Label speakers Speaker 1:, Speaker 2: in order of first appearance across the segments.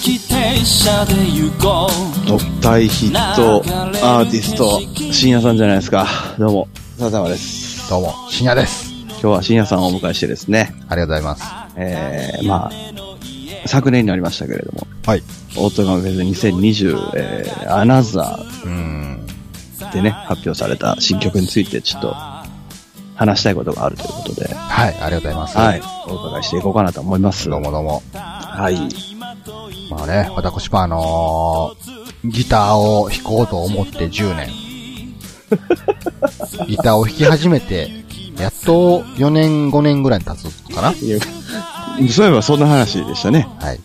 Speaker 1: 列車で行こう
Speaker 2: お大ヒットアーティスト、深夜さんじゃないですか。どうも、さ々です。
Speaker 3: どうも、深夜です。
Speaker 2: 今日は深夜さんをお迎えしてですね、
Speaker 3: ありがとうございます。
Speaker 2: えー、まあ、昨年になりましたけれども、
Speaker 3: はい。
Speaker 2: オートガムフェス2020、えー、アナザ
Speaker 3: うん。
Speaker 2: ーでね、発表された新曲についてちょっと話したいことがあるということで、
Speaker 3: はい、ありがとうございます。
Speaker 2: はい。、お伺いしていこうかなと思います。
Speaker 3: どうもどうも。
Speaker 2: はい。
Speaker 3: まあね、私もあのー、ギターを弾こうと思って10年。ギターを弾き始めて、やっと4年5年ぐらいに経つかな
Speaker 2: そういえばそんな話でしたね。
Speaker 3: はい。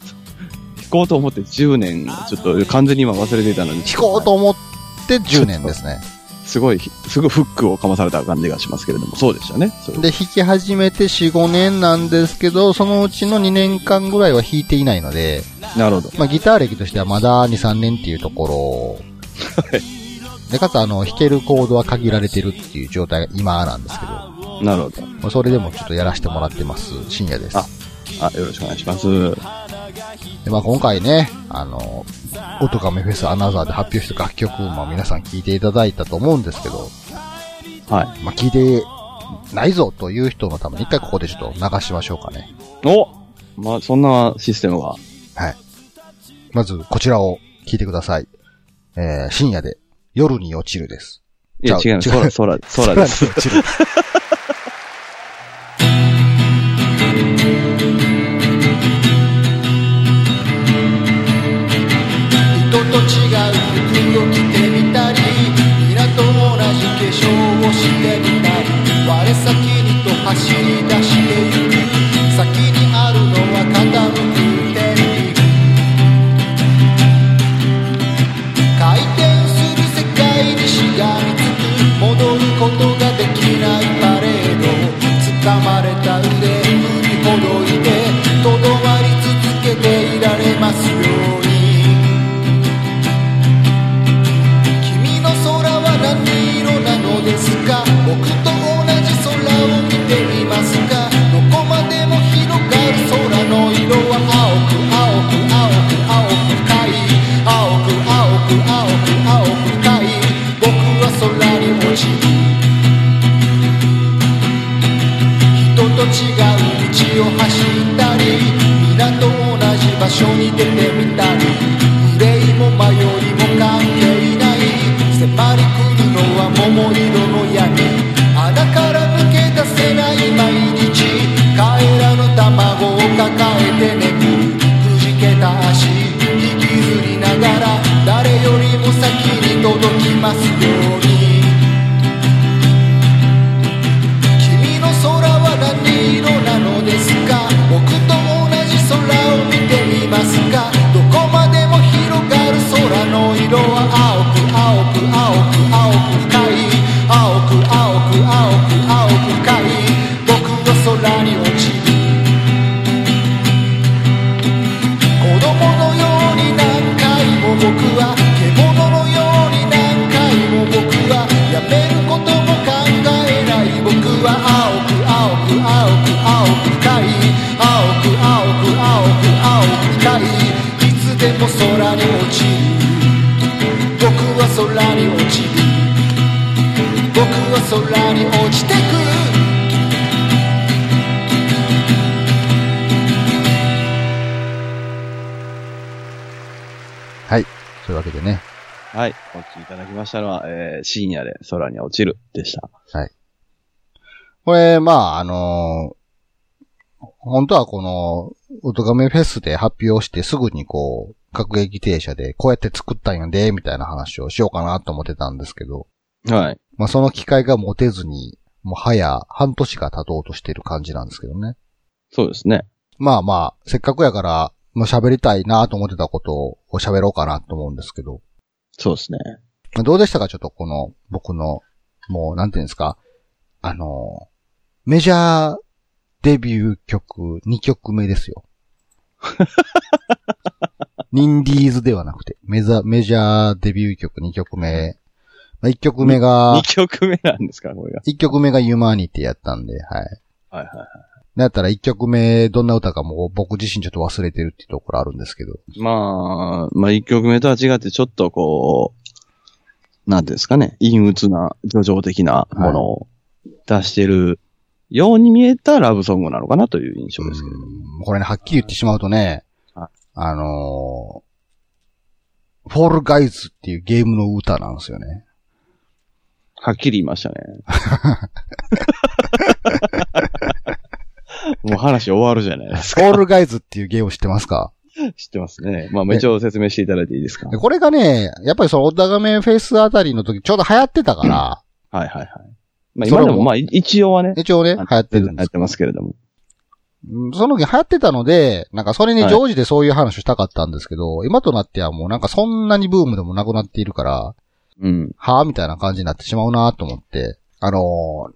Speaker 2: 弾こうと思って10年、ちょっと完全に今忘れていたので、
Speaker 3: 弾こうと思って10年ですね。
Speaker 2: すごい、すごいフックをかまされた感じがしますけれども、そうでしたね。それ
Speaker 3: で、弾き始めて4、5年なんですけど、そのうちの2年間ぐらいは弾いていないので、
Speaker 2: なるほど。
Speaker 3: まあ、ギター歴としてはまだ2、3年っていうところ。で、かつ、あの、弾けるコードは限られてるっていう状態が今なんですけど、ま
Speaker 2: なるほど。
Speaker 3: あそれでもちょっとやらせてもらってます、深夜です。
Speaker 2: ああ、よろしくお願いします。
Speaker 3: で、まあ、今回ね、あの、音亀フェスアナザーで発表した楽曲も皆さん聴いていただいたと思うんですけど、
Speaker 2: はい。
Speaker 3: まあ、聴いてないぞという人のために一回ここでちょっと流しましょうかね。
Speaker 2: おまあ、そんなシステムが。
Speaker 3: はい。まず、こちらを聴いてください。えー、深夜で、夜に落ちるです。
Speaker 2: いや、
Speaker 3: ち
Speaker 2: 違い
Speaker 3: ゃう
Speaker 2: ます。
Speaker 3: 違
Speaker 2: 空、
Speaker 3: う
Speaker 2: 空、空です。
Speaker 3: 空に落ちる。
Speaker 4: 人と違う服を着てみたり皆と同じ化粧をしてみたり我先にと走り出してゆく先にあるのは傾く天気回転する世界にしがみつく戻ることができないパレード掴まれた腕振りほどいてとどまり続けていられますように君の空は何色なのですか僕と同じ空を見てみますかどこまでも広がる空の色は青く青く青く青く深い青く青く青く青く深い僕は空に落ちる人と違う道を走ったり皆と同じ場所に出てみたり憂いも迷いも関係ない迫り来るのは桃色の闇穴から抜け出せない毎日カエラの卵を抱えて寝るくじけた足引きずりながら誰よりも先に届きますように君の空は何色なのですか僕と同じ空を見てみますかどこまでも広がる空の色は青く青く青く青く深い青く青く青く青く深い僕は空に落ちる子供のように何回も僕は獣のように何回も僕はやめることも考えない僕は青く青く青く青く深い青く青く青く青く深いいつでも空に落ちる僕は空に落ちる僕は空に落ちてく
Speaker 3: はい。というわけでね。
Speaker 2: はい。お聞きいただきましたのは、えー、深夜で空に落ちるでした。
Speaker 3: これ、まあ、あのー本当はこの、オトガメフェスで発表してすぐにこう、各駅停車でこうやって作ったんやで、みたいな話をしようかなと思ってたんですけど、
Speaker 2: はい。
Speaker 3: まあ、その機会が持てずに、もう早半年が経とうとしてる感じなんですけどね。
Speaker 2: そうですね。
Speaker 3: まあまあ、せっかくやから、もう喋りたいなと思ってたことを喋ろうかなと思うんですけど、
Speaker 2: そうですね。
Speaker 3: まあどうでしたかちょっとこの、僕の、もう、なんていうんですか、あの、メジャーデビュー曲2曲目ですよ。ニンディーズではなくて、メジャー、メジャーデビュー曲2曲目。まあ、1曲目
Speaker 2: 2、
Speaker 3: が
Speaker 2: 曲目なんですか、これが。
Speaker 3: 1曲目がユマニティやったんで、は
Speaker 2: は
Speaker 3: い。
Speaker 2: いはい。
Speaker 3: なんやったら一曲目どんな歌かもう僕自身ちょっと忘れてるっていうところあるんですけど。
Speaker 2: まあ、まあ一曲目とは違ってちょっとこう、なんていうんですかね、陰鬱な、叙情的なものを出してるように見えたラブソングなのかなという印象ですけど。
Speaker 3: うんこれね、はっきり言ってしまうとね
Speaker 2: は、
Speaker 3: あのーフォールガイズっていうゲームの歌なんです よね。
Speaker 2: はっきり言いましたね。 もう話終わるじゃないです
Speaker 3: フォールガイズっていうゲーム知ってますか
Speaker 2: か。知ってますね。まあ、一応説明していただいていいですか。
Speaker 3: でこれがね、やっぱりそのオダガメフェイスあたりの時ちょうど流行ってたから、
Speaker 2: はいはいはい。まあ、今でもまあ、一応はね、
Speaker 3: 一応ね、流行ってる
Speaker 2: や
Speaker 3: んで
Speaker 2: っ
Speaker 3: す
Speaker 2: てますけれども。
Speaker 3: うんその時流行ってたので、なんかそれに
Speaker 2: はい
Speaker 3: 常時でそういう話をしたかったんですけど、今となってはもうなんかそんなにブームでもなくなっているから、
Speaker 2: うん。
Speaker 3: はぁみたいな感じになってしまうなと思って、あのー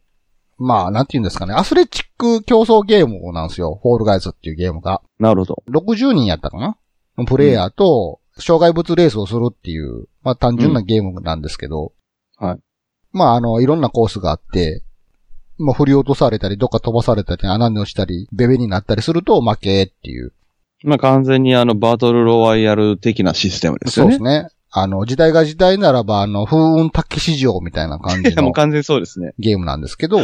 Speaker 3: まあ、なんて言うんですかね、アスレチック競争ゲームなんですよ、フォールガイズっていうゲームが。
Speaker 2: なるほど。
Speaker 3: 60人やったかなのプレイヤーと、障害物レースをするっていう、まあ単純なゲームなんですけど、
Speaker 2: うんはい。
Speaker 3: まああの、いろんなコースがあって、まあ振り落とされたり、どっか飛ばされたり、穴に落ちたり、ベベになったりすると負けっていう。
Speaker 2: まあ、完全にあの、バトルロワイヤル的なシステムですよね。
Speaker 3: そうですね。あの、時代が時代ならば、あの、風雲滝市場みたいな感じ
Speaker 2: いや、も
Speaker 3: の
Speaker 2: う完全にそうですね。
Speaker 3: ゲームなんです けど、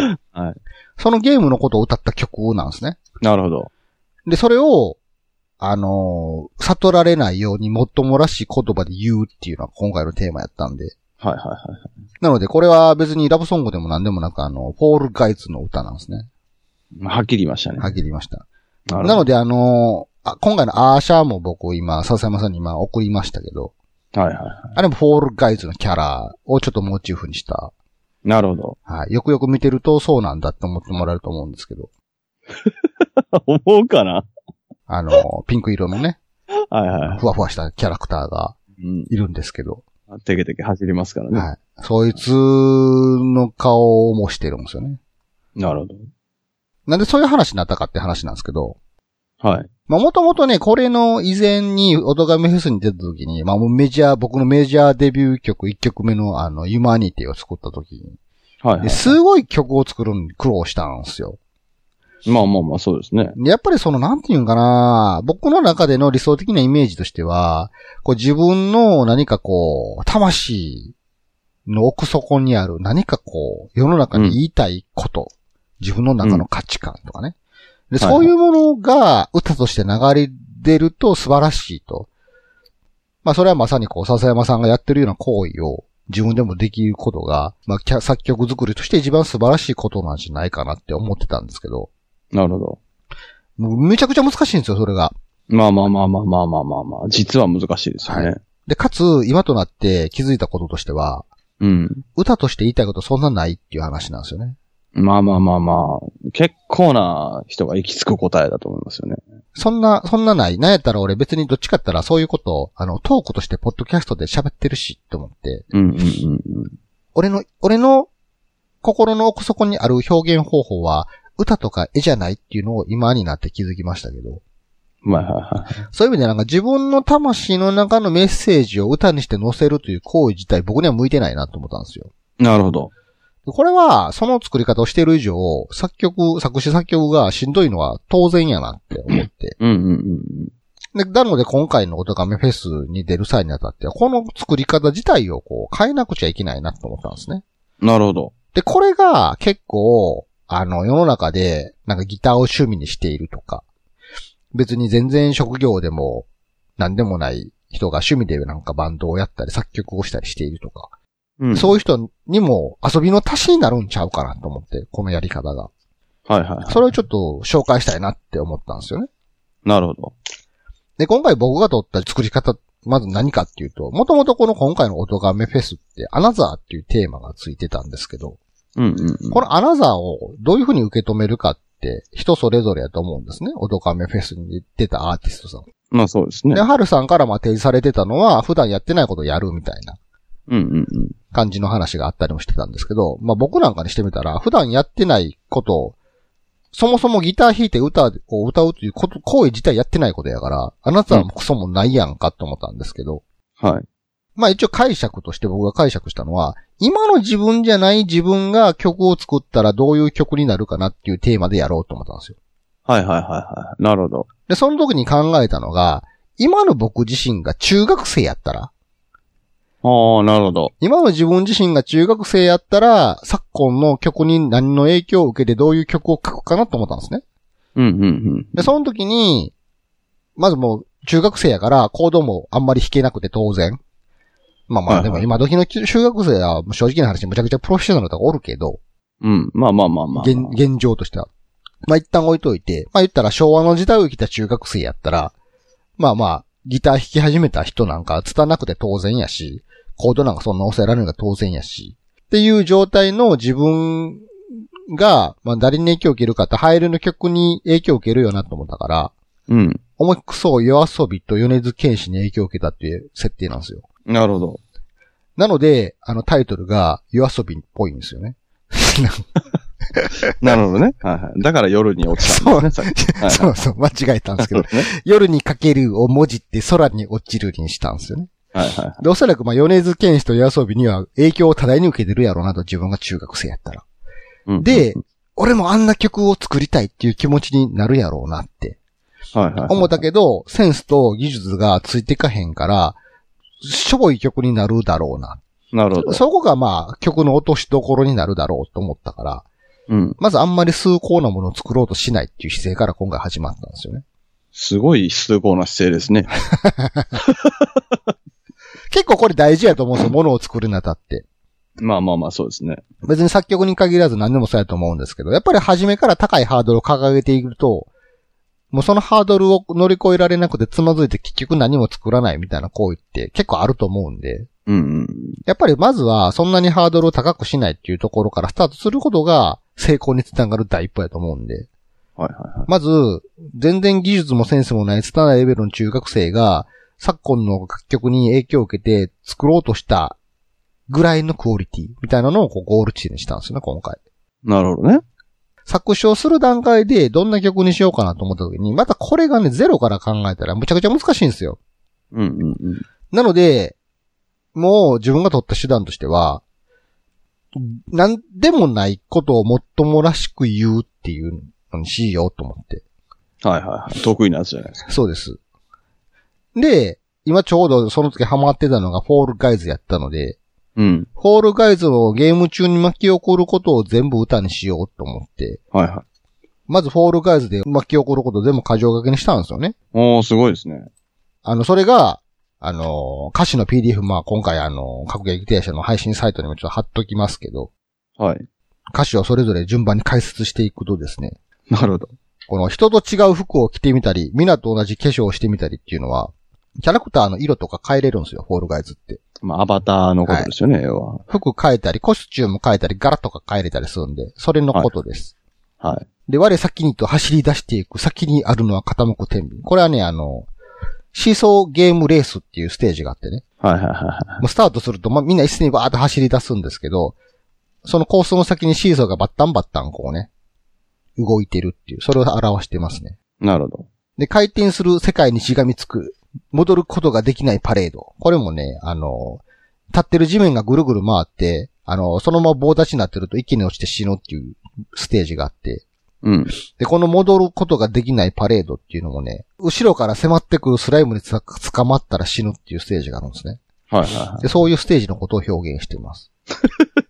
Speaker 3: そのゲームのことを歌った曲なんですね。
Speaker 2: なるほど。
Speaker 3: で、それを、あのー悟られないようにもっともらしい言葉で言うっていうのは今回のテーマやったんで。
Speaker 2: はいはいはい。
Speaker 3: なので、これは別にラブソングでも何でもなく、あの、フォールガイズの歌なんですね。
Speaker 2: まあはっきり言いましたね。
Speaker 3: はっきり言いました。
Speaker 2: な
Speaker 3: なの
Speaker 2: る
Speaker 3: で、あのーあ、今回のアーシャーも僕今、笹山さんに今送りましたけど、
Speaker 2: ほど。はいはい。
Speaker 3: あれもフォールガイズのキャラをちょっとモチーフにした。
Speaker 2: なるほど。
Speaker 3: はい。よくよく見てるとそうなんだって思ってもらえると思うんですけど、
Speaker 2: 思うかな
Speaker 3: あのーピンク色のね、
Speaker 2: はいは
Speaker 3: ふわふわしたキャラクターが
Speaker 2: い。うん。
Speaker 3: いるんですけど、
Speaker 2: テケテケ走りますからね。
Speaker 3: はい。そいつの顔を模してるんですよね。
Speaker 2: なるほど。
Speaker 3: なんでそういう話になったかって話なんですけど、
Speaker 2: はい。
Speaker 3: まあもともとね、これの以前に、オトガメフェスに出た時に、まあもうメジャー、僕のメジャーデビュー曲、1曲目のあの、ユマニティを作った時に、
Speaker 2: はい、は
Speaker 3: で
Speaker 2: い。
Speaker 3: すごい曲を作るのに苦労したんですよ。
Speaker 2: まあまあまあ、そうですね。
Speaker 3: でやっぱりその、なんていうんかな、僕の中での理想的なイメージとしては、こう自分の何かこう、魂の奥底にある何かこう、世の中に言いたいこと、自分の中の価値観とかね。で、
Speaker 2: はいはい
Speaker 3: そういうものが歌として流れ出ると素晴らしいと。まあそれはまさにこう、笹山さんがやってるような行為を自分でもできることが、まあキャ作曲作りとして一番素晴らしいことなんじゃないかなって思ってたんですけど、
Speaker 2: なるほど。
Speaker 3: もうめちゃくちゃ難しいんですよ、それが。
Speaker 2: まあまあまあまあまあまあまあまあ、実は難しいですよね。
Speaker 3: はで、かつ、今となって気づいたこととしては、
Speaker 2: うん。
Speaker 3: 歌として言いたいことそんなないっていう話なんですよね。
Speaker 2: まあまあまあまあ、結構な人が行き着く答えだと思いますよね。
Speaker 3: そんな、そんなない。なんやったら俺別にどっちかって言ったらそういうことを、あの、トークとしてポッドキャストで喋ってるしって思って、
Speaker 2: うんうんうんうん。
Speaker 3: 俺の、俺の心の奥底にある表現方法は、歌とか絵じゃないっていうのを今になって気づきましたけど、
Speaker 2: まあはいはい。
Speaker 3: そういう意味でなんか自分の魂の中のメッセージを歌にして載せるという行為自体僕には向いてないなと思ったんですよ。
Speaker 2: なるほど。
Speaker 3: これは、その作り方をしている以上、作曲、作詞作曲がしんどいのは当然やなって 思って。
Speaker 2: うんうんうんうん。
Speaker 3: でなので今回のオトガメフェスに出る際にあたっては、この作り方自体をこう変えなくちゃいけないなと思ったんですね。
Speaker 2: なるほど。
Speaker 3: で、これが結構、あの、世の中で、なんかギターを趣味にしているとか、別に全然職業でも何でもない人が趣味でなんかバンドをやったり作曲をしたりしているとか、
Speaker 2: うん。
Speaker 3: そういう人にも遊びの足しになるんちゃうかなと思って、このやり方が。
Speaker 2: はいはいは
Speaker 3: それをちょっと紹介したいなって思ったんですよね。
Speaker 2: い。なるほど。
Speaker 3: で、今回僕が撮った作り方、まず何かっていうと、もともとこの今回の音がめフェスって、アナザーっていうテーマがついてたんですけど、
Speaker 2: うんうんうん。
Speaker 3: このアナザーをどういうふうに受け止めるかって、人それぞれやと思うんですね。音がめフェスに出たアーティストさん。
Speaker 2: まあそうですね
Speaker 3: で、。ハルさんからまあ提示されてたのは、普段やってないことをやるみたいな
Speaker 2: うんうんうん。
Speaker 3: 感じの話があったりもしてたんですけど、まあ僕なんかにしてみたら、普段やってないことを、そもそもギター弾いて歌を歌うということ、行為自体やってないことやから、あなたはクソもないやんかと思ったんですけど、
Speaker 2: はい。
Speaker 3: まあ一応解釈として僕が解釈したのは、今の自分じゃない自分が曲を作ったらどういう曲になるかなっていうテーマでやろうと思ったんですよ。
Speaker 2: はいはいはいはい。なるほど。
Speaker 3: で、その時に考えたのが、今の僕自身が中学生やったら、
Speaker 2: ああ、なるほど。
Speaker 3: 今の自分自身が中学生やったら、昨今の曲に何の影響を受けてどういう曲を書くかなと思ったんですね。
Speaker 2: うんうんうん。
Speaker 3: で、その時に、まずもう中学生やから行動もあんまり弾けなくて当然。まあま
Speaker 2: は
Speaker 3: あ、
Speaker 2: い
Speaker 3: で
Speaker 2: は
Speaker 3: も
Speaker 2: い
Speaker 3: 今時の中学生は正直な話むちゃくちゃプロフェッショナルとかおるけど、
Speaker 2: うん。まあまあまあまあ。
Speaker 3: 現現状としては。まあ一旦置いといて、まあ言ったら昭和の時代を生きた中学生やったら、まあまあ、ギター弾き始めた人なんか拙なくて当然やし、コードなんかそんな抑えられるのが当然やし、っていう状態の自分が、まあ誰に影響を受けるかって、ハイルの曲に影響を受けるよなと思ったから、
Speaker 2: うん。
Speaker 3: 思いっくそう夜遊びと米津玄師に影響を受けたっていう設定なんですよ。
Speaker 2: なるほど。
Speaker 3: なので、あのタイトルが夜遊びっぽいんですよね。
Speaker 2: なるほどね。はいはい。だから夜に落ちたんですね。さっきはい
Speaker 3: そうそう、間違えたんですけど
Speaker 2: そう。ですね。
Speaker 3: 夜にかけるを文字って空に落ちるにしたんですよね。
Speaker 2: はいはい。
Speaker 3: で、おそらくまあ、米津玄師と夜遊びには影響を多大に受けてるやろうなと自分が中学生やったら。
Speaker 2: うん
Speaker 3: で、俺もあんな曲を作りたいっていう気持ちになるやろうなって
Speaker 2: はいはい。
Speaker 3: 思ったけど、センスと技術がついてかへんから、しょぼい曲になるだろうな。
Speaker 2: なるほど。
Speaker 3: そこがまあ、曲の落としどころになるだろうと思ったから、
Speaker 2: うん。
Speaker 3: まずあんまり崇高なものを作ろうとしないっていう姿勢から今回始まったんですよね。
Speaker 2: すごい崇高な姿勢ですね。
Speaker 3: 結構これ大事やと思うんですよ、ものを作るにあたって。
Speaker 2: まあまあまあ、そうですね。
Speaker 3: 別に作曲に限らず何でもそうやと思うんですけど、やっぱり初めから高いハードルを掲げていくと、もうそのハードルを乗り越えられなくてつまずいて結局何も作らないみたいな行為って結構あると思うんで、
Speaker 2: うんうん。
Speaker 3: やっぱりまずはそんなにハードルを高くしないっていうところからスタートすることが成功につながる第一歩やと思うんで、
Speaker 2: はいはいは
Speaker 3: まず、全然技術もセンスもない拙いレベルの中学生が昨今の楽曲に影響を受けて作ろうとしたぐらいのクオリティみたいなのをこうゴール地にしたんですよね、今回。
Speaker 2: い。なるほどね。
Speaker 3: 作詞をする段階でどんな曲にしようかなと思った時に、またこれがね、ゼロから考えたらむちゃくちゃ難しいんですよ。
Speaker 2: うんうんうん。
Speaker 3: なので、もう自分が取った手段としては、なんでもないことをもっともらしく言うっていうのにしようと思って。
Speaker 2: はいはいはい。得意なやつじゃないですか。
Speaker 3: そうです。で、今ちょうどその時ハマってたのがフォールガイズやったので、
Speaker 2: うん。
Speaker 3: フォールガイズをゲーム中に巻き起こることを全部歌にしようと思って、
Speaker 2: はいはい。
Speaker 3: まずフォールガイズで巻き起こることを全部過剰書きにしたんですよね。
Speaker 2: おー、すごいですね。
Speaker 3: あの、それが、あの、歌詞の PDF、まあ今回あの、各劇停車の配信サイトにもちょっと貼っときますけど、
Speaker 2: はい。
Speaker 3: 歌詞をそれぞれ順番に解説していくとですね、
Speaker 2: なるほど。
Speaker 3: この人と違う服を着てみたり、皆と同じ化粧をしてみたりっていうのは、キャラクターの色とか変えれるんですよ、フォールガイズって。
Speaker 2: まあ、アバターのことですよね、要は。
Speaker 3: 服変えたり、コスチューム変えたり、柄とか変えれたりするんで、それのことです。
Speaker 2: はい。
Speaker 3: で、我先にと走り出していく先にあるのは傾く天秤。これはね、あの、シーソーゲームレースっていうステージがあってね、
Speaker 2: はいはいはいは
Speaker 3: もうスタートすると、まあ、みんな一斉にバーッと走り出すんですけど、そのコースの先にシーソーがバッタンバッタンこうね、動いてるっていう、それを表してますね。
Speaker 2: い。なるほど。
Speaker 3: で、回転する世界にしがみつく、戻ることができないパレード。これもね、あの、立ってる地面がぐるぐる回って、あの、そのまま棒立ちになってると一気に落ちて死ぬっていうステージがあって、
Speaker 2: うん。
Speaker 3: で、この戻ることができないパレードっていうのもね、後ろから迫ってくるスライムにつか捕まったら死ぬっていうステージがあるんですね。
Speaker 2: はいはいは
Speaker 3: で、そういうステージのことを表現しています。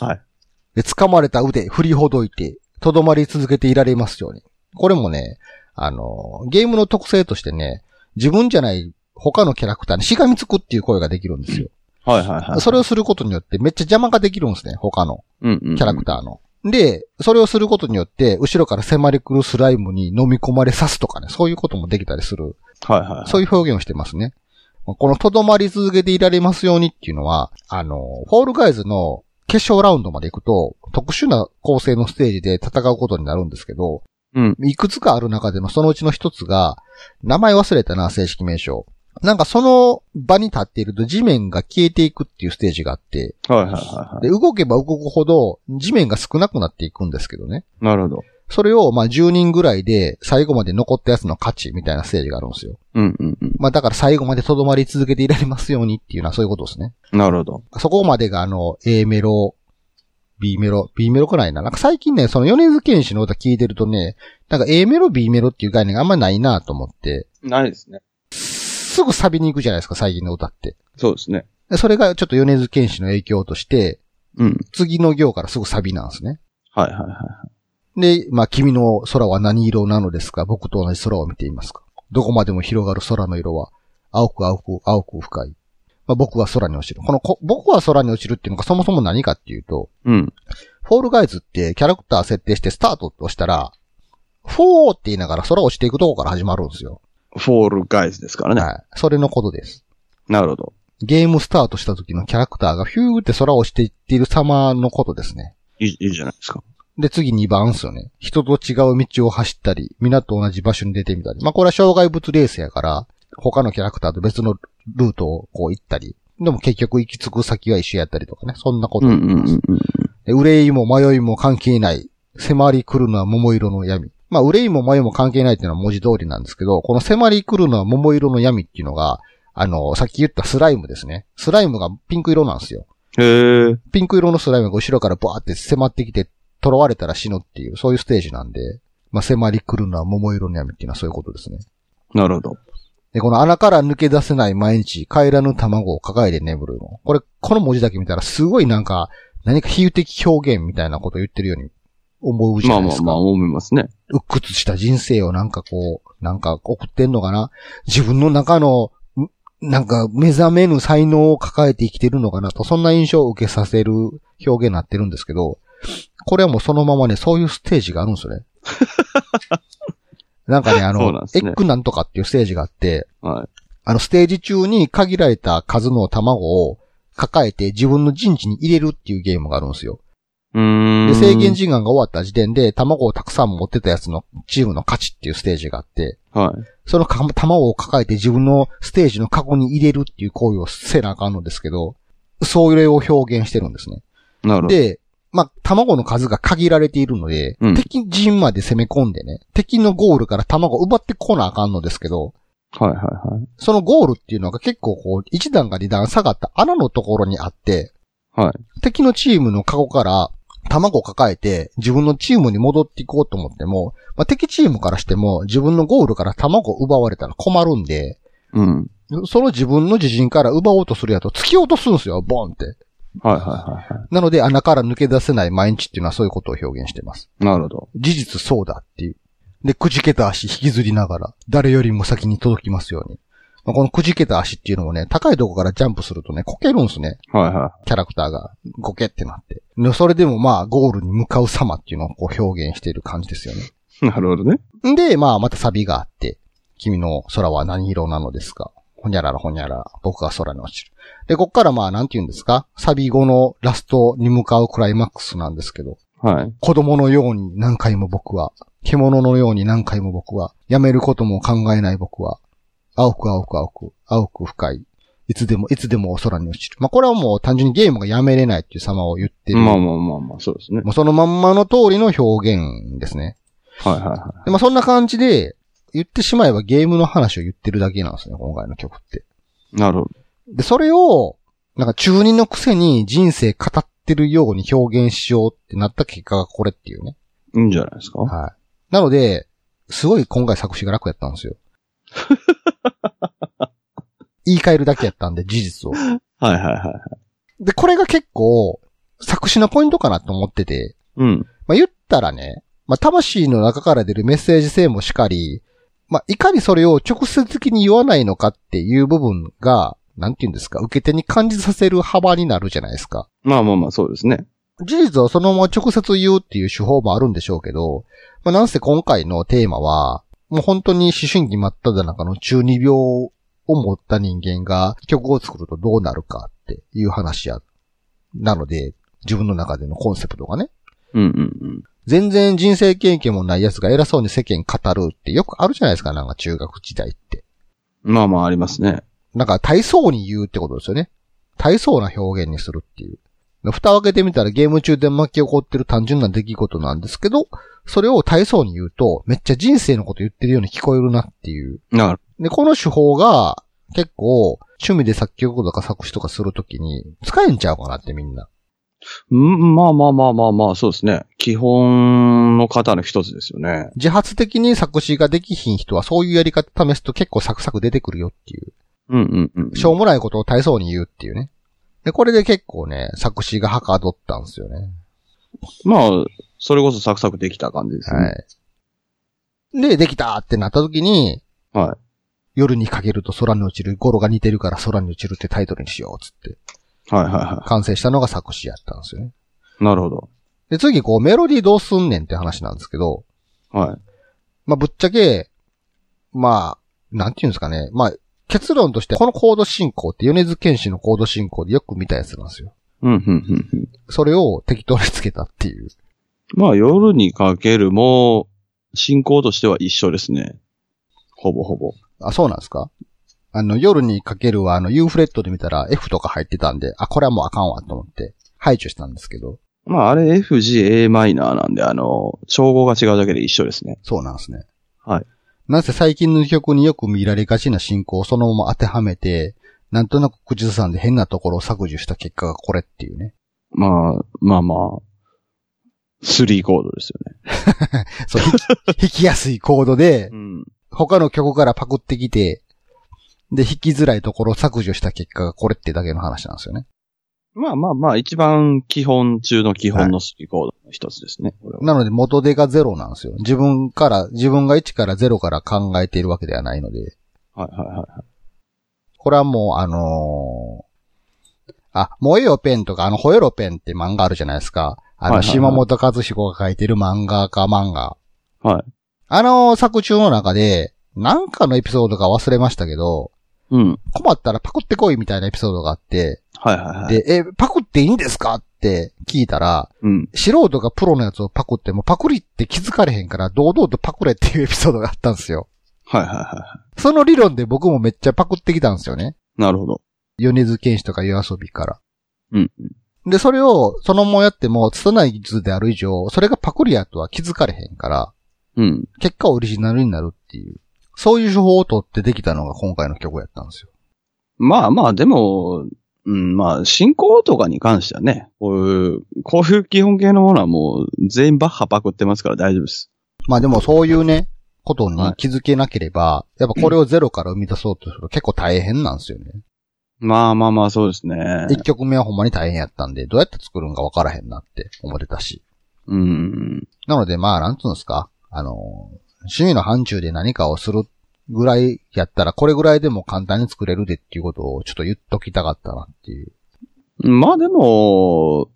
Speaker 2: はい。
Speaker 3: で、掴まれた腕、振りほどいて、とどまり続けていられますように。これもね、あの、ゲームの特性としてね、自分じゃない他のキャラクターにしがみつくっていう声ができるんですよ。
Speaker 2: い。はいはいはい。
Speaker 3: それをすることによってめっちゃ邪魔ができるんですね、他の
Speaker 2: うんうんうん。
Speaker 3: キャラクターの。で、それをすることによって、後ろから迫り来るスライムに飲み込まれさすとかね、そういうこともできたりする
Speaker 2: ー。はいはい。
Speaker 3: そういう表現をしてますね。このとどまり続けていられますようにっていうのは、あの、フォールガイズの決勝ラウンドまで行くと、特殊な構成のステージで戦うことになるんですけど、
Speaker 2: うん
Speaker 3: いくつかある中でのそのうちの一つが、名前忘れたな、正式名称。なんかその場に立っていると地面が消えていくっていうステージがあって、
Speaker 2: はいはいはいは
Speaker 3: で、動けば動くほど地面が少なくなっていくんですけどね。
Speaker 2: い。なるほど。
Speaker 3: それをまあ10人ぐらいで最後まで残ったやつの勝ちみたいなステージがあるんですよ。
Speaker 2: うんうんう
Speaker 3: まあだから最後まで留まり続けていられますようにっていうのはそういうことですね。
Speaker 2: ん。なるほど。
Speaker 3: そこまでがあの、A メロ、 B メロ、B メロくらいな。なんか最近ね、その米津玄師の歌聞いてるとね、なんか A メロ、B メロっていう概念があんまないなと思って、
Speaker 2: ないですね。
Speaker 3: すぐサビに行くじゃないですか、最近の歌って。
Speaker 2: そうですね。
Speaker 3: でそれがちょっと米津玄師の影響として、
Speaker 2: うん。
Speaker 3: 次の行からすぐサビなんですね。
Speaker 2: はいはいはい。
Speaker 3: で、まあ、君の空は何色なのですか僕と同じ空を見ていますかどこまでも広がる空の色は、青く青く青く深い。まあ、僕は空に落ちる。このこ、僕は空に落ちるっていうのがそもそも何かっていうと、
Speaker 2: うん。
Speaker 3: フォールガイズってキャラクター設定してスタートとしたら、フォーって言いながら空落ちていくとこから始まるんですよ。
Speaker 2: フォールガイズですからね。
Speaker 3: はい。それのことです。
Speaker 2: なるほど。
Speaker 3: ゲームスタートした時のキャラクターがヒューって空を落ちていっている様のことですね。
Speaker 2: いいいいじゃないですか。
Speaker 3: で、次2番っすよね。人と違う道を走ったり、皆と同じ場所に出てみたり。まあ、これは障害物レースやから、他のキャラクターと別のルートをこう行ったり。でも結局行き着く先は一緒やったりとかね。そんなこと。
Speaker 2: うんうんうんうん。
Speaker 3: で憂いも迷いも関係ない。迫り来るのは桃色の闇。まあ、憂いも迷いも関係ないっていうのは文字通りなんですけど、この迫り来るのは桃色の闇っていうのが、あの、さっき言ったスライムですね。スライムがピンク色なんですよ。
Speaker 2: へえ。
Speaker 3: ピンク色のスライムが後ろからバーって迫ってきて、囚われたら死ぬっていう、そういうステージなんで、まあ、迫り来るのは桃色の闇っていうのはそういうことですね。
Speaker 2: なるほど。
Speaker 3: で、この穴から抜け出せない毎日、帰らぬ卵を抱えて眠るの。これ、この文字だけ見たらすごいなんか、何か比喩的表現みたいなことを言ってるように思うじゃ
Speaker 2: まあ
Speaker 3: ないで
Speaker 2: ますあ
Speaker 3: か。
Speaker 2: まあ、思いますね。
Speaker 3: 鬱屈した人生をなんかこう、なんか送ってんのかな自分の中の、んなんか目覚めぬ才能を抱えて生きてるのかなと、そんな印象を受けさせる表現になってるんですけど、これはもうそのままね、そういうステージがあるんですよ ね。なんかね、あ
Speaker 2: そ
Speaker 3: の、
Speaker 2: うなんで
Speaker 3: エ
Speaker 2: すね
Speaker 3: ッグなんとかっていうステージがあって、
Speaker 2: は
Speaker 3: あの、ステージ中に限られた数の卵を抱えて自分の陣地に入れるっていうゲームがあるんですよ。
Speaker 2: い。うーん。
Speaker 3: で、制限時間が終わった時点で、卵をたくさん持ってたやつのチームの勝ちっていうステージがあって、
Speaker 2: はい。
Speaker 3: そのか卵を抱えて自分のステージのカゴに入れるっていう行為をせなあかんのですけど、それを表現してるんですね。
Speaker 2: なるほど。
Speaker 3: で、まあ、卵の数が限られているので、
Speaker 2: うん
Speaker 3: 敵陣まで攻め込んでね、敵のゴールから卵を奪ってこなあかんのですけど、
Speaker 2: はいはいはい。
Speaker 3: そのゴールっていうのが結構こう、一段か二段下がった穴のところにあって、
Speaker 2: はい。
Speaker 3: 敵のチームのカゴから卵を抱えて自分のチームに戻っていこうと思っても、まあ、敵チームからしても自分のゴールから卵を奪われたら困るんで、
Speaker 2: うん。
Speaker 3: その自分の自陣から奪おうとするやつを突き落とすんですよ、ボンって。
Speaker 2: はいはいはいは
Speaker 3: なので穴から抜け出せない毎日っていうのはそういうことを表現してます。
Speaker 2: い。なるほど。
Speaker 3: 事実そうだっていう。で、くじけた足引きずりながら、誰よりも先に届きますように。まあ、このくじけた足っていうのもね、高いとこからジャンプするとね、こけるんですね。
Speaker 2: はいは
Speaker 3: キャラクターがゴケってなって。でそれでもまあ、ゴールに向かう様っていうのをこう表現している感じですよね。
Speaker 2: い。 なるほどね。
Speaker 3: んで、まあ、またサビがあって、君の空は何色なのですかほにゃららほにゃらら、僕は空に落ちる。で、こっからまあ、なんて言うんですかサビ後のラストに向かうクライマックスなんですけど、
Speaker 2: はい。
Speaker 3: 子供のように何回も僕は、獣のように何回も僕は、やめることも考えない僕は、青く青く青く、青く深い。いつでも、いつでもお空に落ちる。まあ、これはもう単純にゲームがやめれないっていう様を言ってる。
Speaker 2: まあ
Speaker 3: も
Speaker 2: まあまあまあ、そうですね。
Speaker 3: うそのまんまの通りの表現ですね。
Speaker 2: はいはいは
Speaker 3: でまあ、そんな感じで、言ってしまえばゲームの話を言ってるだけなんですね、今回の曲って。
Speaker 2: い。なるほど。
Speaker 3: で、それを、なんか中二のくせに人生語ってるように表現しようってなった結果がこれっていうね。
Speaker 2: いいんじゃないですか
Speaker 3: はい。なので、すごい今回作詞が楽やったんですよ。言い換えるだけやったんで、事実を。
Speaker 2: はいはいはい。
Speaker 3: で、これが結構、作詞のポイントかなと思ってて、
Speaker 2: うん。
Speaker 3: まあ、言ったらね、まあ、魂の中から出るメッセージ性もしかり、まあ、いかにそれを直接的に言わないのかっていう部分が、なんて言うんですか、受け手に感じさせる幅になるじゃないですか。
Speaker 2: まあまあまあ、そうですね。
Speaker 3: 事実をそのまま直接言うっていう手法もあるんでしょうけど、まあ、なんせ今回のテーマは、もう本当に思春期真っ只中の中二病を持った人間が曲を作るとどうなるかっていう話や、なので、自分の中でのコンセプトがね、
Speaker 2: うんうん
Speaker 3: 全然人生経験もない奴が偉そうに世間語るってよくあるじゃないですか、なんか中学時代って。
Speaker 2: うん。まあまあ、ありますね。
Speaker 3: なんか大層に言うってことですよね。大層な表現にするっていう。蓋を開けてみたらゲーム中で巻き起こってる単純な出来事なんですけど、それを大層に言うと、めっちゃ人生のこと言ってるように聞こえるなっていう。
Speaker 2: なる
Speaker 3: で、この手法が結構趣味で作曲とか作詞とかするときに使えんちゃうかなってみんな。
Speaker 2: うんまあまあまあまあまあ、そうですね。基本の方の一つですよね。
Speaker 3: 自発的に作詞ができひん人はそういうやり方試すと結構サクサク出てくるよっていう。
Speaker 2: うんうんうん。
Speaker 3: しょうもないことを大層に言うっていうね。で、これで結構ね、作詞がはかどったんですよね。
Speaker 2: まあ、それこそサクサクできた感じです
Speaker 3: は
Speaker 2: ね。
Speaker 3: い。で、できたってなった時に、
Speaker 2: はい。
Speaker 3: 夜にかけると空に落ちる、ゴロが似てるから空に落ちるってタイトルにしようっつって、
Speaker 2: はいはいは
Speaker 3: 完成したのが作詞やったんですよね。
Speaker 2: い。なるほど。
Speaker 3: で、次こうメロディーどうすんねんって話なんですけど、
Speaker 2: はい。
Speaker 3: まあ、ぶっちゃけ、まあ、なんていうんですかね。まあ、結論として、このコード進行って、米津玄師のコード進行でよく見たやつなんですよ。
Speaker 2: うん、うん、うん。うん
Speaker 3: それを適当につけたっていう。
Speaker 2: まあ、夜にかけるも、進行としては一緒ですね。ほぼほぼ。
Speaker 3: あ、そうなんですかあの、夜にかけるは、あの、U フレットで見たら F とか入ってたんで、あ、これはもうあかんわと思って、排除したんですけど、
Speaker 2: まあ、あれ F、G、A マイナーなんで、あの、調合が違うだけで一緒ですね。
Speaker 3: そうなんですね。
Speaker 2: はい。
Speaker 3: なぜ最近の曲によく見られがちな進行をそのまま当てはめて、なんとなく口ずさんで変なところを削除した結果がこれっていうね。
Speaker 2: まあ、まあまあ、3コードですよね。
Speaker 3: そう、弾き弾きやすいコードで、
Speaker 2: うん。
Speaker 3: 他の曲からパクってきて、で、弾きづらいところを削除した結果がこれってだけの話なんですよね。
Speaker 2: まあまあまあ、一番基本中の基本の3コードの一つですね。これは
Speaker 3: なので元手がゼロなんですよ。自分から、自分が1からゼロから考えているわけではないので、
Speaker 2: はいはいはい。
Speaker 3: これはもうあのーあ、燃えよペンとか、あの、吠えろペンって漫画あるじゃないですか。あ
Speaker 2: はい
Speaker 3: の、
Speaker 2: はいはい
Speaker 3: 島本和彦が書いてる漫画家漫画。
Speaker 2: はい。
Speaker 3: あの作中の中で、なんかのエピソードか忘れましたけど、
Speaker 2: うん。
Speaker 3: 困ったらパクってこいみたいなエピソードがあって、
Speaker 2: はいはいはい。
Speaker 3: で、え、パクっていいんですかって聞いたら、
Speaker 2: うん。
Speaker 3: 素人がプロのやつをパクってもパクリって気づかれへんから堂々とパクれっていうエピソードがあったんですよ。
Speaker 2: はいはいは
Speaker 3: その理論で僕もめっちゃパクってきたんですよね。
Speaker 2: い。なるほど。
Speaker 3: 米津玄師とか夜遊びから。
Speaker 2: うん。
Speaker 3: で、それをそのままやっても拙い技術である以上、それがパクリやとは気づかれへんから、
Speaker 2: うん。
Speaker 3: 結果オリジナルになるっていう。そういう手法を取ってできたのが今回の曲やったんですよ。
Speaker 2: まあまあ、でも、うん、まあ、進行とかに関してはね、こういう、こういう基本系のものはもう全員バッハパクってますから大丈夫です。
Speaker 3: まあでもそういうね、ことに気づけなければ、やっぱこれをゼロから生み出そうとすると結構大変なんですよね。
Speaker 2: まあまあまあ、そうですね。
Speaker 3: 一曲目はほんまに大変やったんで、どうやって作るんか分からへんなって思ってたし。
Speaker 2: うん。
Speaker 3: なのでまあ、なんつうんですか、あの、趣味の範疇で何かをするぐらいやったら、これぐらいでも簡単に作れるでっていうことをちょっと言っときたかったなっていう。
Speaker 2: まあでも、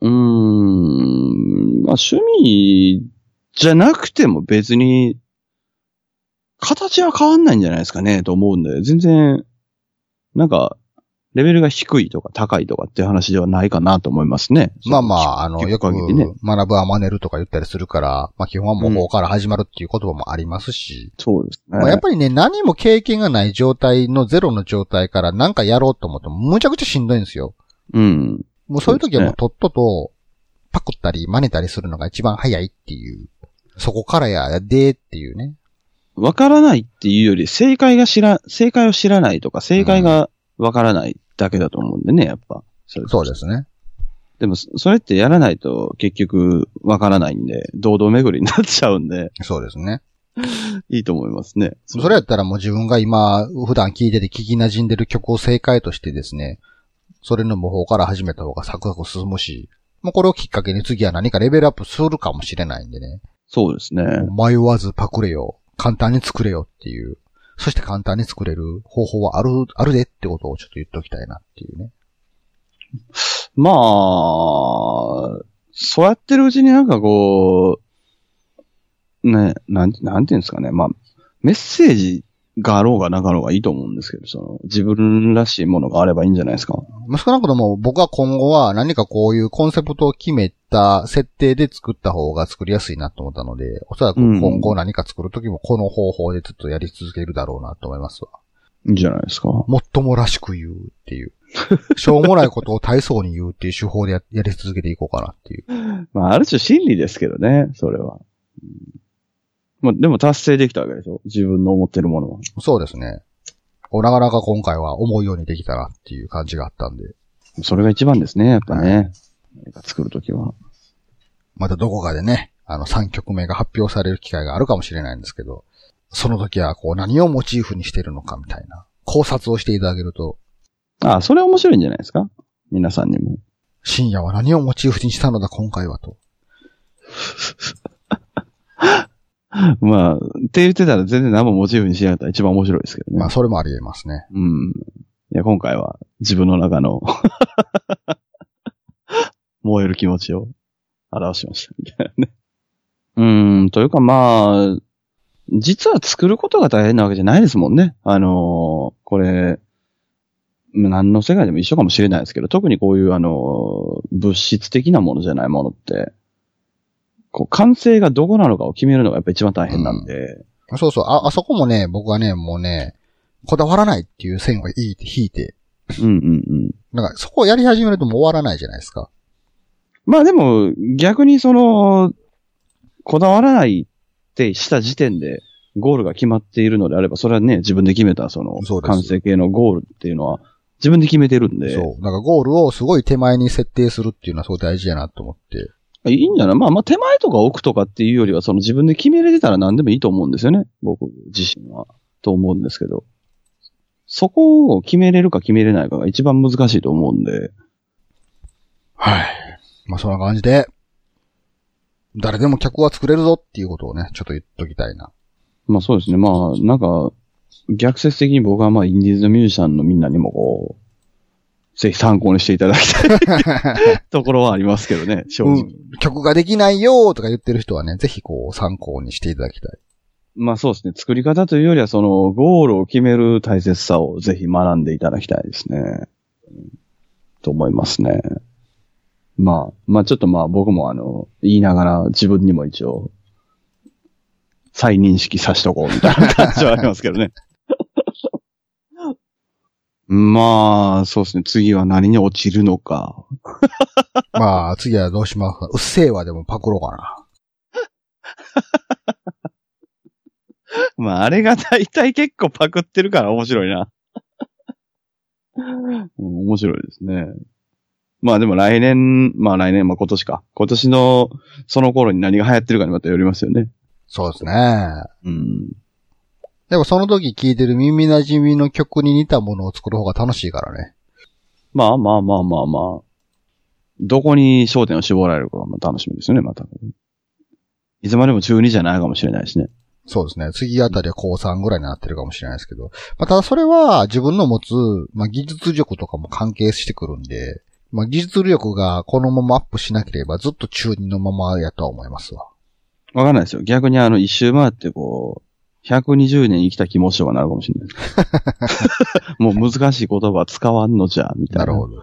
Speaker 2: うーん、まあ趣味じゃなくても別に、形は変わんないんじゃないですかね、と思うんで、全然、なんか、レベルが低いとか高いとかっていう話ではないかなと思いますね。
Speaker 3: まあまあ、あの、
Speaker 2: 聞
Speaker 3: よ
Speaker 2: く
Speaker 3: く
Speaker 2: 限りね
Speaker 3: 学ぶは真似るとか言ったりするから、まあ基本はもうここから始まるっていう言葉もありますし、
Speaker 2: そうですね。
Speaker 3: まあやっぱりね、何も経験がない状態のゼロの状態から何かやろうと思っても、むちゃくちゃしんどいんですよ。
Speaker 2: うん。
Speaker 3: もうそういう時はもうとっとと、パクったり真似たりするのが一番早いっていう。そこからやでっていうね。
Speaker 2: わからないっていうより、正解が知ら、正解を知らないとか、正解がわからないだけだと思うんでね、やっぱ。それ
Speaker 3: そうですね。
Speaker 2: でも、そそれってやらないと結局わからないんで、堂々巡りになっちゃうんで、
Speaker 3: そうですね。
Speaker 2: いいと思いますね。
Speaker 3: それやったらもう自分が今、普段聴いてて聞き馴染んでる曲を正解としてですね、それの模倣から始めた方がサクサク進むし、もうこれをきっかけに次は何かレベルアップするかもしれないんでね。
Speaker 2: そうですね。
Speaker 3: もう迷わずパクれよ。簡単に作れよっていう。そして簡単に作れる方法はある、あるでってことをちょっと言っておきたいなっていうね。
Speaker 2: まあ、そうやってるうちになんかこう、ね、なん、なんていうんですかね。まあ、メッセージがあろうがなかろうがいいと思うんですけど、その、自分らしいものがあればいいんじゃないですか。
Speaker 3: まあ少なくとも僕は今後は何かこういうコンセプトを決めた設定で作った方が作りやすいなと思ったので、おそらく今後何か作るときもこの方法でちょっとやり続けるだろうなと思いますわ。
Speaker 2: いいんじゃないですか。
Speaker 3: もっともらしく言うっていう。しょうもないことを大層に言うっていう手法でややり続けていこうかなっていう。
Speaker 2: まあ、ある種心理ですけどね、それは。うんまあ、でも達成できたわけでしょ自分の思ってるものは。
Speaker 3: そうですね。おなかなか今回は思うようにできたなっていう感じがあったんで。
Speaker 2: それが一番ですね、やっぱね。映画作るときは。
Speaker 3: またどこかでね、あの3曲目が発表される機会があるかもしれないんですけど、その時はこう何をモチーフにしてるのかみたいな考察をしていただけると、
Speaker 2: ああ、それ面白いんじゃないですか皆さんにも。
Speaker 3: 深夜は何をモチーフにしたのだ今回はと。
Speaker 2: まあ、って言ってたら全然何もモチーフにしなかったら一番面白いですけどね。
Speaker 3: まあそれもあり得ますね。
Speaker 2: うん。いや、今回は自分の中の 燃える気持ちを表しましたみたいなね。うーん、というかまあ、実は作ることが大変なわけじゃないですもんね。あのーこれ、まあ何の世界でも一緒かもしれないですけど、特にこういうあのー物質的なものじゃないものって、こう、完成がどこなのかを決めるのがやっぱ一番大変なんで、
Speaker 3: そうそう、あ、あそこもね、僕はね、もうね、こだわらないっていう線を引いて、引いて、
Speaker 2: うんうんうん。
Speaker 3: なんかそこをやり始めるともう終わらないじゃないですか。
Speaker 2: まあでも、逆にその、こだわらないってした時点で、ゴールが決まっているのであれば、それはね、自分で決めた、その
Speaker 3: そう、です
Speaker 2: 完成形のゴールっていうのは、自分で決めてるんで、
Speaker 3: そう。なんかゴールをすごい手前に設定するっていうのはすごい大事やなと思って。
Speaker 2: いいんじゃないまあまあ、手前とか奥とかっていうよりは、その自分で決めれてたら何でもいいと思うんですよね。僕自身は。と思うんですけど。そこを決めれるか決めれないかが一番難しいと思うんで。
Speaker 3: はい。まあそんな感じで、誰でも客は作れるぞっていうことをね、ちょっと言っときたいな。
Speaker 2: まあそうですね。まあ、なんか、逆説的に僕はまあ、インディーズのミュージシャンのみんなにもこう、ぜひ参考にしていただきたい ところはありますけどね、正直。
Speaker 3: うん曲ができないよーとか言ってる人はね、ぜひこう参考にしていただきたい。
Speaker 2: まあそうですね。作り方というよりは、その、ゴールを決める大切さをぜひ学んでいただきたいですね。うんと思いますね。まあ、まあちょっとまあ僕もあの、言いながら自分にも一応、再認識さしとこうみたいな感じはありますけどね。まあ、そうですね。次は何に落ちるのか。
Speaker 3: まあ次はどうしますかうっせーわでもパクろうかな。
Speaker 2: まあ、あれが大体結構パクってるから面白いな。うん面白いですね。まあでも来年、まあ来年、まあ今年か。今年のその頃に何が流行ってるかにまたよりますよね。
Speaker 3: そうですね。
Speaker 2: うん。
Speaker 3: でもその時聴いてる耳馴染みの曲に似たものを作る方が楽しいからね。
Speaker 2: まあまあまあまあまあ。どこに焦点を絞られるかがまあ楽しみですよね、また。いつまでも中二じゃないかもしれないしね。
Speaker 3: そうですね。次あたりは高3ぐらいになってるかもしれないですけど。まあ、ただそれは自分の持つ、まあ、技術力とかも関係してくるんで、まあ、技術力がこのままアップしなければずっと中二のままやとは思いますわ。
Speaker 2: わかんないですよ。逆にあの、一周回ってこう、120年生きた気持ちとかなるかもしれない。 もう難しい言葉使わんのじゃ、みた
Speaker 3: ない
Speaker 2: な。
Speaker 3: るほど。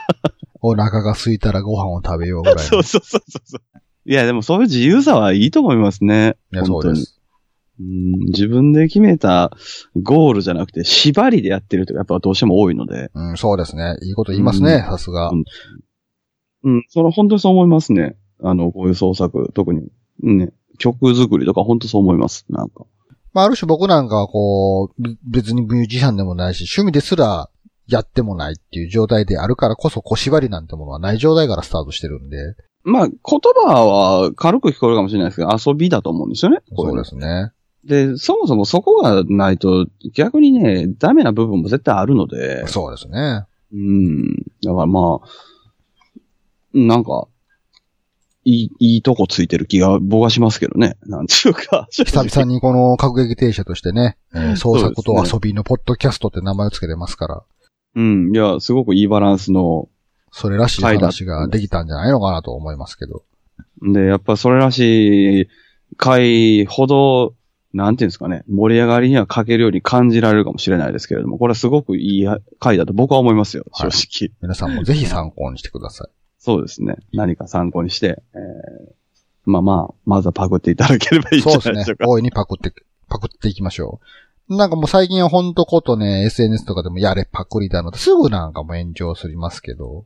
Speaker 3: お腹が空いたらご飯を食べようぐらいの。
Speaker 2: そうそうそうそうそう。いや、でもそういう自由さはいいと思いますね。
Speaker 3: いやそ
Speaker 2: 本
Speaker 3: う
Speaker 2: 当
Speaker 3: で
Speaker 2: に
Speaker 3: す。
Speaker 2: うん自分で決めたゴールじゃなくて、縛りでやってるとやっぱどうしても多いので、
Speaker 3: うん、そうですね。いいこと言いますね、さすが
Speaker 2: う。んうん、それは本当にそう思いますね。あの、こういう創作、特に、うんね、曲作りとか本当そう思います。なんか。
Speaker 3: まあ、ある種僕なんかはこう、び別にミュージシャンでもないし、趣味ですらやってもないっていう状態であるからこそ、小縛りなんてものはない状態からスタートしてるんで。
Speaker 2: まあ、言葉は軽く聞こえるかもしれないですけど、遊びだと思うんですよね。こい
Speaker 3: そう
Speaker 2: の
Speaker 3: ですね。
Speaker 2: で、そもそもそこがないと、逆にね、ダメな部分も絶対あるので、
Speaker 3: そうですね。
Speaker 2: うん。だからまあ、なんか、いい、いいとこついてる気が、僕はしますけどね。なんちゅうか。
Speaker 3: 久々にこの各劇停車としてね、えー創作と
Speaker 2: そうです
Speaker 3: 遊びのポッドキャストって名前をつけてますから、
Speaker 2: うん。いや、すごくいいバランスの、
Speaker 3: それらしい話ができたんじゃないのかなと思いますけど。
Speaker 2: で、やっぱそれらしい回ほど、なんていうんですかね、盛り上がりには欠けるように感じられるかもしれないですけれども、これはすごくいい回だと僕は思いますよ、正
Speaker 3: はい
Speaker 2: 直。
Speaker 3: 皆さんもぜひ参考にしてください。
Speaker 2: そうですね。何か参考にして、えーまあまあ、まずはパクっていただければ いいんじゃ
Speaker 3: そう
Speaker 2: ないで
Speaker 3: で
Speaker 2: すしょ
Speaker 3: ね
Speaker 2: う。か。
Speaker 3: 大いにパクって、パクっていきましょう。なんかもう最近はほんとことね、SNS とかでもやれパクリだのってすぐなんかもう炎上すりますけど、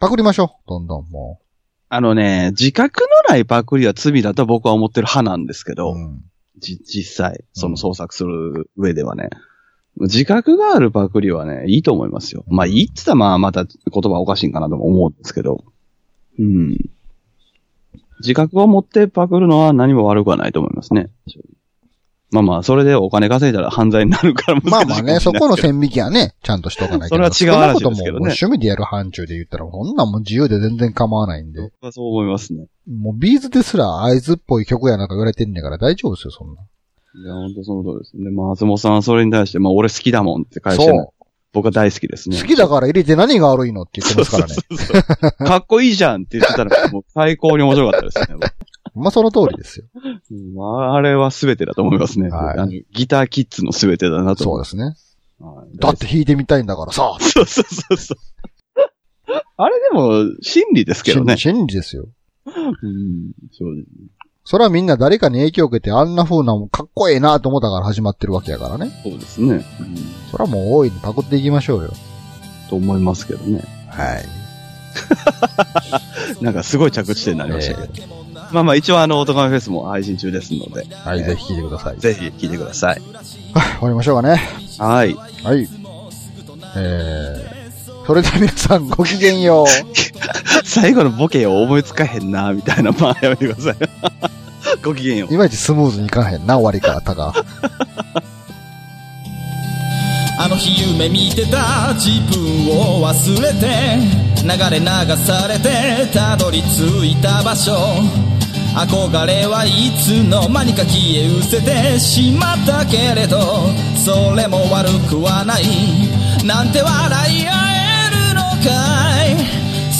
Speaker 3: パクりましょう。どんどんも
Speaker 2: あのね、自覚のないパクリは罪だと僕は思ってる派なんですけ
Speaker 3: う。
Speaker 2: ど、
Speaker 3: うん
Speaker 2: じ実際、その創作する上ではね。自覚があるパクリはね、いいと思いますよ。まあ、言ってたらまあ、また言葉おかしいんかなとも思うんですけど。うん。自覚を持ってパクるのは何も悪くはないと思いますね。まあまあ、それでお金稼いだら犯罪になるから難しい
Speaker 3: まあ
Speaker 2: かも
Speaker 3: ま
Speaker 2: しれな
Speaker 3: あ
Speaker 2: い
Speaker 3: ね、
Speaker 2: ですけ
Speaker 3: そ
Speaker 2: ど
Speaker 3: この線引きはね、ちゃんとしとかないと。
Speaker 2: それは違う話ですけどね
Speaker 3: 少なくとももう趣味でやる範疇で言ったら、こんなんもう自由で全然構わないんで。
Speaker 2: 僕はそう思いますね。
Speaker 3: もうビーズですら合図っぽい曲やなんか言われてんねんから大丈夫ですよ、そんな。
Speaker 2: いや、本当その通りですね。まあ、松本さんはそれに対して、まあ、俺好きだもんって返して、ね
Speaker 3: そ、
Speaker 2: 僕は大好きです
Speaker 3: う。
Speaker 2: ね。
Speaker 3: 好きだから入れて何が悪いのって言ってますからね。
Speaker 2: そうそうそうかっこいいじゃんって言ってたら、もう最高に面白かったですね。
Speaker 3: まあその通りですよ。
Speaker 2: うんまあ、あれは全てだと思いますね。
Speaker 3: はい
Speaker 2: あのギターキッズの全てだなと
Speaker 3: そう
Speaker 2: 思う。
Speaker 3: ですね。
Speaker 2: はい
Speaker 3: だって弾いてみたいんだからさ。
Speaker 2: そうそうそうそう。あれでも、真理ですけど
Speaker 3: 真
Speaker 2: ね
Speaker 3: 理。真理ですよ。
Speaker 2: うん、そうです
Speaker 3: それはみんな誰かに影響を受けてあんな風なかっこええなと思ったから始まってるわけやからね。
Speaker 2: そうですね、うん
Speaker 3: それはもう大いにパクっていきましょうよ。
Speaker 2: と思いますけどね。
Speaker 3: はい。
Speaker 2: なんかすごい着地点になりましたけど。まあまあ一応あの、オトガメフェスも配信中ですので、
Speaker 3: はい、ぜひ聴いてください。
Speaker 2: ぜひ聞いてください。
Speaker 3: はい、終わりましょうかね。
Speaker 2: はい。
Speaker 3: はい。えー、それでは皆さんごきげんよう。
Speaker 2: 最後のボケを思いつかへんな、みたいな、まあやめてください。 ごきげんよう。
Speaker 3: いまいちスムーズにいかへんな、終わりから、たが。
Speaker 5: あの日夢見てた自分を忘れて流れ流されてたどり着いた場所憧れはいつの間にか消え失せてしまったけれどそれも悪くはないなんて笑い合えるのかい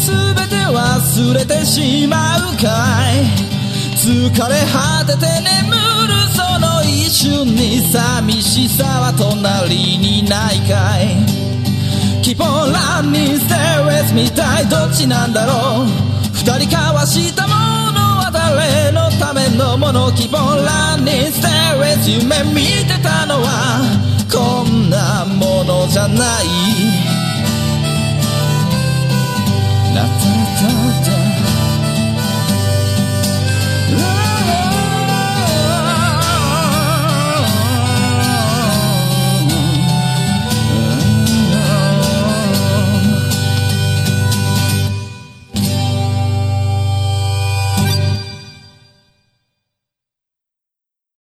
Speaker 5: 全て忘れてしまうかい疲れ果てて眠るその一瞬に寂しさは隣にないかい Keep on running, stay with me たいどっちなんだろう二人交わしたものは誰のためのもの Keep on running, stay with you 夢見てたのはこんなものじゃないラタラタタ